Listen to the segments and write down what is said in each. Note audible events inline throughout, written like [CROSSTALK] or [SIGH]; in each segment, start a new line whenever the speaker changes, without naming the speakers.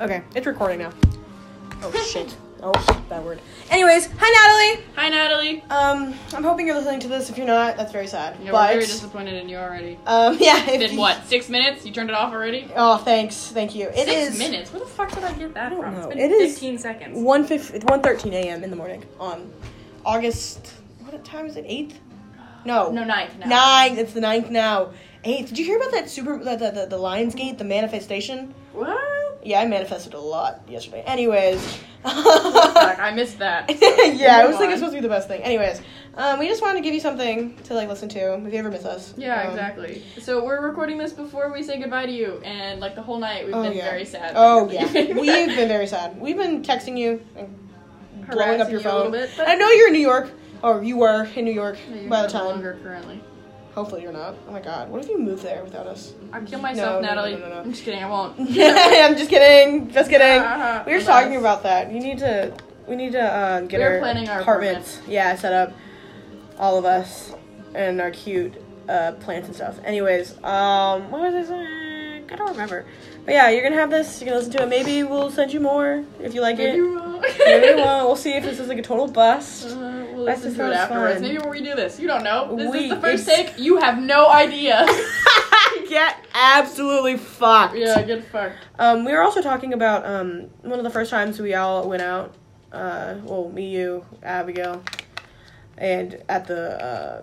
Okay, it's recording now. Oh shit. Oh, bad word. Anyways, hi Natalie.
Hi, Natalie.
Um, I'm hoping you're listening to this. If you're not, that's very sad.
Yeah,
but
we're very disappointed in you already.
um, [LAUGHS] yeah. If
Did
you-
what? Six minutes? You turned it off already?
Oh, thanks. Thank you. It
Six
is
minutes? Where the fuck did I get that
I don't
from?
know.
It's been
It is-
15 seconds.
one fif- it's 1:13 a.m. in the morning on August. What time is it? Eighth? No.
No, ninth now.
Nine. It's the ninth now. Eighth. Did you hear about that super the the, the, the Lionsgate the manifestation?
What?
Yeah, I manifested a lot yesterday. Anyways. [LAUGHS]
Fuck, I missed that.
yeah, it was like
on.
it's supposed to be the best thing. Anyways, um, we just wanted to give you something to like listen to if you ever miss us.
Yeah,
Um,
exactly. So we're recording this before we say goodbye to you, and like the whole night we've
Oh,
been
yeah.
very sad. [LAUGHS]
Oh yeah, we've been very sad. We've been texting you, and
[LAUGHS]
blowing up
Harassing
your
you a little
phone.
bit, but-
I know you're in New York, or you were in New York
You're
by the
no
time.
longer currently.
Hopefully you're not. Oh my god, what if you move there without
[LAUGHS]
us? [LAUGHS]
I'll kill myself,
no, no,
Natalie.
no, no, no.
I'm just kidding. I won't.
I'm [LAUGHS] just kidding. Just kidding.
[LAUGHS] Ah,
we were
nice.
talking about that. You need to. We need to uh, get
We were
our
planning our
apartments. Yeah, set up all of us and our cute uh, plants and stuff. Anyways, um, what was I saying? I don't remember. But yeah, you're gonna have this. You can listen to it. Maybe we'll send you more if you like
Maybe
it.
we won't.
Maybe we
[LAUGHS]
won't. We'll see if this is like a total bust. [LAUGHS]
Uh, we'll
That's
listen
the
to it
first
afterwards.
one.
Maybe when we do this, you don't know. This
We-
is the first
it's-
take. You have
[LAUGHS]
no idea.
Get absolutely fucked.
yeah, get fucked.
Um, we were also talking about um, one of the first times we all went out. Uh, well, me, you, Abigail, and at the uh,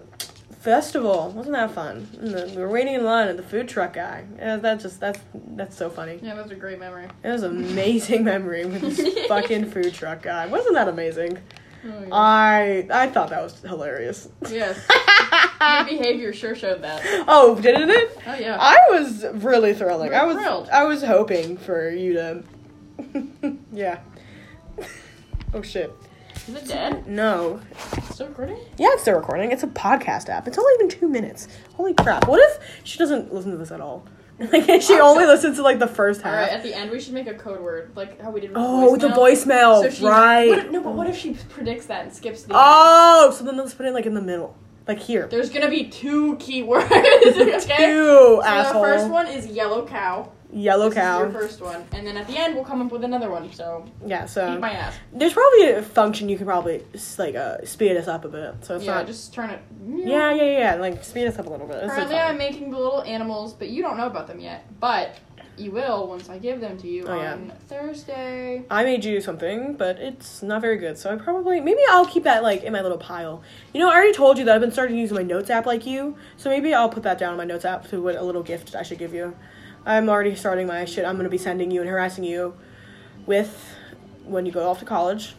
festival. Wasn't that fun? And then we were waiting in line at the food truck guy. Yeah, that's just that's that's so funny.
Yeah, that's a great memory.
It was an amazing [LAUGHS] memory with this fucking food truck guy. Wasn't that amazing?
Oh, yeah.
I I thought that was hilarious. [LAUGHS]
yes.
Ah.
Your behavior sure showed that.
oh, didn't it?
Oh yeah.
I was really thrilling.
You were
I was
thrilled.
I was hoping for you to [LAUGHS] Yeah. oh shit.
Is it dead?
No.
Still recording?
Yeah, it's still recording. It's a podcast app. It's only been two minutes. Holy crap. What if she doesn't listen to this at all? [LAUGHS] Like she only listens to like the first
All
half.
right. At the end, we should make a code word, like how we did. With
Ah. Oh,
the
the
voicemail.
voicemail. Oh,
So she,
right.
What if- no, but what if she predicts that and skips the?
oh, so then let's put it like in the middle. Like here.
There's gonna be two
[LAUGHS]
keywords. [LAUGHS] Okay.
You
so
asshole.
the first one is yellow cow.
Yellow
This is
cow.
your first one, and then at the end we'll come up with another one. So
yeah, so
eat my ass.
there's probably a function you could probably s- like uh, speed us up a bit. So it's
yeah,
not
just turn it.
Yeah, yeah, yeah, yeah. Like speed us up a little bit. This is
Currently,
fun.
I'm making the little animals, but you don't know about them yet. But you will once I give them to you
Oh, yeah.
on Thursday.
I made you something, but it's not very good. So I probably maybe I'll keep that like in my little pile. You know, I already told you that I've been starting to use my notes app like you. So maybe I'll put that down on my notes app to what a little gift I should give you. I'm already starting my shit. I'm gonna be sending you and harassing you with when you go off to college.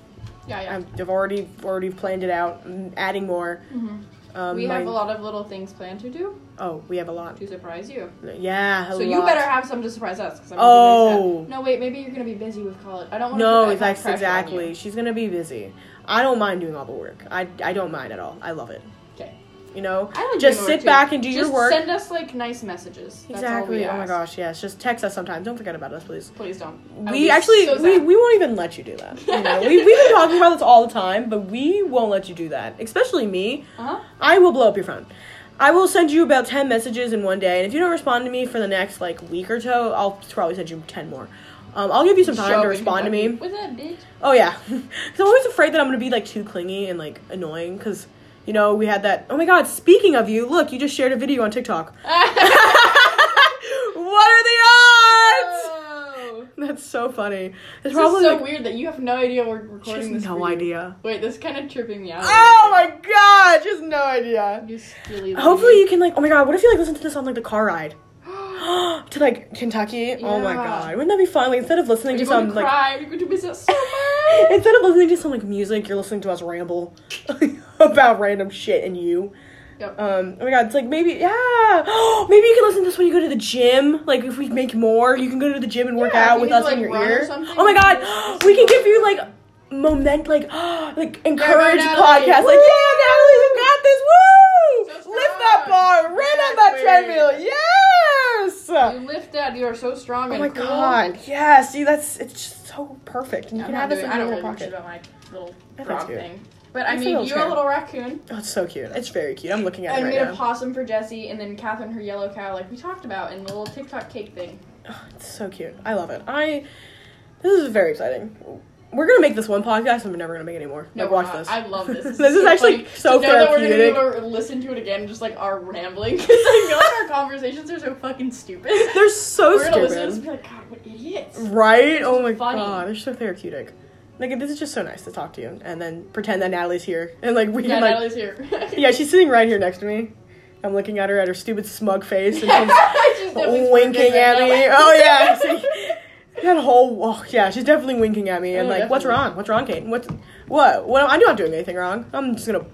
Yeah, yeah.
I'm, I've already already planned it out. I'm adding more.
Mhm.
Um,
we
my-
have a lot of little things planned to do
Oh, we have a lot.
to surprise you.
Yeah, a
so
lot.
you better have some to surprise us. Cause I'm gonna be very
Oh.
sad. no, wait. Maybe you're gonna be busy with college. I don't want to.
No,
put that kind
that's
of pressure on you.
exactly. She's gonna be busy. I don't mind doing all the work. I, I don't mind at all. I love it.
Okay.
You know,
I like
just
doing
sit
work, too.
back and do
Just
your work.
Send us like nice messages. That's all we
exactly. Oh my
ask.
gosh. Yes. Just text us sometimes. Don't forget about us, please.
Please don't. I would
We
be
actually
so
we,
sad.
we won't even let you do that. You know, we we've been talking about this all the time, but we won't let you do that. Especially me.
Uh-huh.
I will blow up your phone. I will send you about ten messages in one day, and if you don't respond to me for the next like week or so, I'll probably send you ten more. Um, I'll give you some time
Show up
to
in
respond to me. [LAUGHS]
Kentucky. What's up, bitch?
Oh yeah, [LAUGHS] 'Cause I'm always afraid that I'm gonna be like too clingy and like annoying. Cause you know we had that. Oh my God! Speaking of you, look, you just shared a video on TikTok. [LAUGHS]
[LAUGHS]
what are the odds?
Oh.
That's so funny. It's
This is
probably
so
like,
weird that you have no idea we're recording
She has
this.
no
for you.
idea.
Wait, this is kind of tripping me out.
Oh my God! She has no idea.
You silly.
Hopefully
[GASPS]
you can like. Oh my God! What if you like listen to this on like the car ride? [GASPS] to like Kentucky. Oh my
Yeah.
God! Wouldn't that be fun? Like instead of listening
You're
to
going
some
to
like
cry. You're going to miss it so much.
[LAUGHS] Instead of listening to some like music, you're listening to us ramble [LAUGHS] about random shit and you.
Yep.
Um, oh my god, it's like maybe yeah. [GASPS] maybe you can listen to this when you go to the gym. Like if we make more, you can go to the gym and work
Yeah, if
out
you
with
need to,
us in
like,
your
run or
ear.
something,
Oh my
you can
god,
[GASPS]
[GASPS]
listen
we
to
can
it.
give you like moment like [GASPS] like
right,
encourage
Natalie.
podcast. Like, yeah, Natalie, you got this. Woo!
So strong.
Lift that bar, ran on that
Exactly.
treadmill. Yes.
you lift that. You are so strong
Oh
and
my
cool.
god, yeah, see, that's it's just so perfect. And you
I'm
can
not
have this
doing-
in
I
your
don't
little
really give a shit
pocket.
about my little
That's
frog
cute.
thing. But I
That's a
mean,
little
you're a
scary.
little raccoon.
Oh, it's so cute. It's very cute. I'm looking at
And
it
we
right
had a
now.
possum for Jessie, and then Catherine her yellow cow, like we talked about, and the little TikTok cake thing.
Oh, it's so cute. I love it. I This is very exciting. We're gonna make this one podcast, and we're never gonna make any more.
No,
like,
we're
watch
not.
this.
I
[LAUGHS]
love this.
This is actually
funny.
so
to know that we're gonna be
therapeutic.
able to listen to it again, just like our rambling. [LAUGHS] Because I feel like our conversations are so fucking stupid.
[LAUGHS] They're so
we're gonna listen to this and
stupid,
be like, God, what idiots!
right? Oh my
funny.
god, they're so therapeutic. Like this is just so nice to talk to you, and then pretend that Natalie's here, [LAUGHS] and like [LAUGHS] we
Yeah,
can like
Natalie's here. [LAUGHS]
yeah, she's sitting right here next to me. I'm looking at her at her stupid smug face, and
[LAUGHS]
she's
she's definitely
winking
smirking
at
right
me.
now.
Oh yeah,
[LAUGHS]
see, that whole oh, yeah, she's definitely winking at me and
Oh,
like, what's
definitely.
wrong? What's wrong, Kate? What's what? Well, I'm not doing anything wrong. I'm just gonna.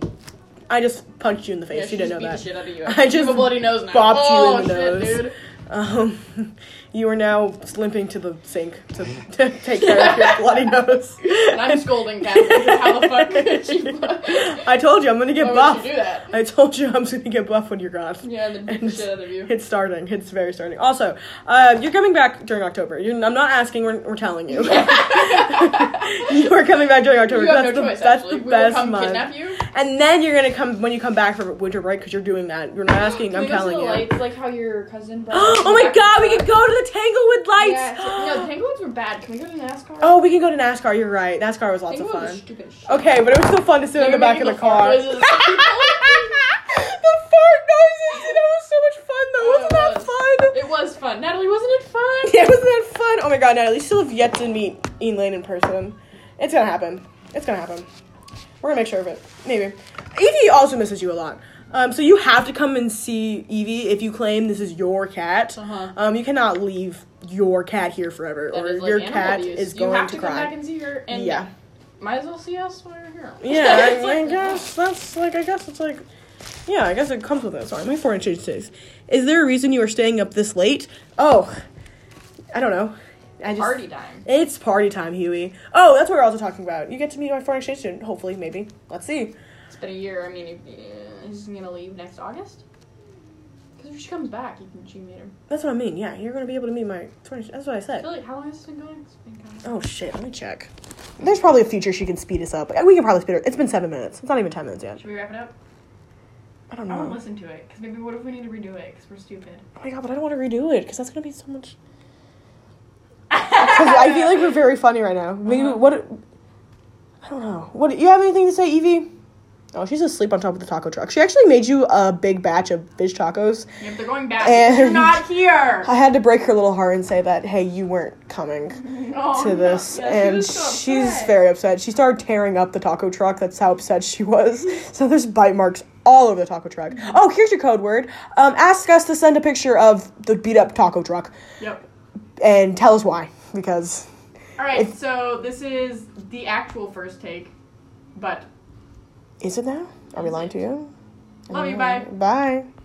I just punched you in the face.
Yeah,
you
she just
didn't
beat
know
the
that.
shit out of you.
I
You have
just
a bloody nose now.
bopped you
oh,
in the
shit,
nose.
dude.
Um, [LAUGHS] you are now limping to the sink to, to take care of your
[LAUGHS]
bloody nose.
And I'm scolding Kat. because How
[LAUGHS]
the fuck could she? Why
I told you I'm gonna [LAUGHS] get
would
buff.
she do that?
I told you [LAUGHS] I'm gonna get buff when you're gone. [LAUGHS]
Yeah, and then beat the shit out of [LAUGHS] you.
It's starting. It's very starting. Also, uh, you're coming back during October. You're, I'm not asking. We're, we're telling you. you are coming back during October.
You have
that's
no
the,
choice.
that's
actually,
the
we will
best
come
month.
kidnap you.
And then you're gonna come when you come back for winter break because you're doing that. You're
[GASPS]
not asking.
Can
I'm
we go to
telling
the
you.
Lights, like how your cousin. brought us
[GASPS] oh my
back
god, we
to-
could go to the Tanglewood
Yes.
lights. [GASPS]
No, the penguins were bad. Can we go to NASCAR?
oh, we can go to NASCAR. You're right. NASCAR was lots of
penguins
fun.
are stupid. shit.
Okay, but it was still fun to sit
They
in the
were
back of the
making the fart
car. the fart
noises.
noises. [LAUGHS] That was so much fun though.
Oh,
Wasn't
it
that
was.
fun?
It was fun. Natalie, wasn't it fun?
[LAUGHS] Yeah, wasn't that fun? Oh my god, Natalie, you still have yet to meet Ian Lane in person. It's gonna happen. It's gonna happen. We're gonna make sure of it. Maybe. Evie also misses you a lot. Um, so you have to come and see Evie if you claim this is your cat.
Uh-huh.
Um, you cannot leave your cat here forever,
That
or
is, like,
your
animal
cat
abuse.
is
You
going
have
to,
to
cry.
Come back and see her, and [LAUGHS]
Yeah.
might as well see us while we're here. [LAUGHS]
Yeah, oh
It's
I,
like-
I guess that's like I guess it's like yeah, I guess it comes with it. Sorry, my four inch days. Is there a reason you are staying up this late? Oh, I don't know. I just
Party time.
It's party time, Huey. Oh, that's what we're also talking about. You get to meet my foreign exchange student, hopefully, maybe. Let's see.
It's been a year. I mean, if, uh, he's gonna leave next August. Because if she comes back, you can she meet her.
That's what I mean. Yeah, you're gonna be able to meet my foreign. That's what I
I
said.
feel like how long has this been going? It's been going.
Oh shit, let me check. There's probably a feature she can speed us up. We can probably speed her. It's been seven minutes. It's not even ten minutes yet.
Should we wrap it up?
I don't
I
know.
won't listen to it. Because maybe what if we need to redo it? Because we're stupid.
Oh my god, but I don't want to redo it because that's gonna be so much. [LAUGHS] 'Cause I feel like we're very funny right now. Maybe
Uh-huh.
what? I don't know. What? You have anything to say, Evie? Oh, she's asleep on top of the taco truck. She actually made you a big batch of fish tacos.
Yeah, but they're going
[LAUGHS]
back.
And-
You're not here.
I had [LAUGHS] to break her little heart and say that, hey, you weren't coming
Oh, No,
to this.
yeah, she
and
was so
she's
upset.
very upset. She started tearing up the taco truck. That's how upset she was. so there's bite marks all over the taco truck. Oh, here's your code word. Um, ask us to send a picture of the beat up taco truck
Yep.
and tell us why. Because
All right. So this is the actual first take, but
is it now? Are we lying to you?
love you. Bye.
Bye.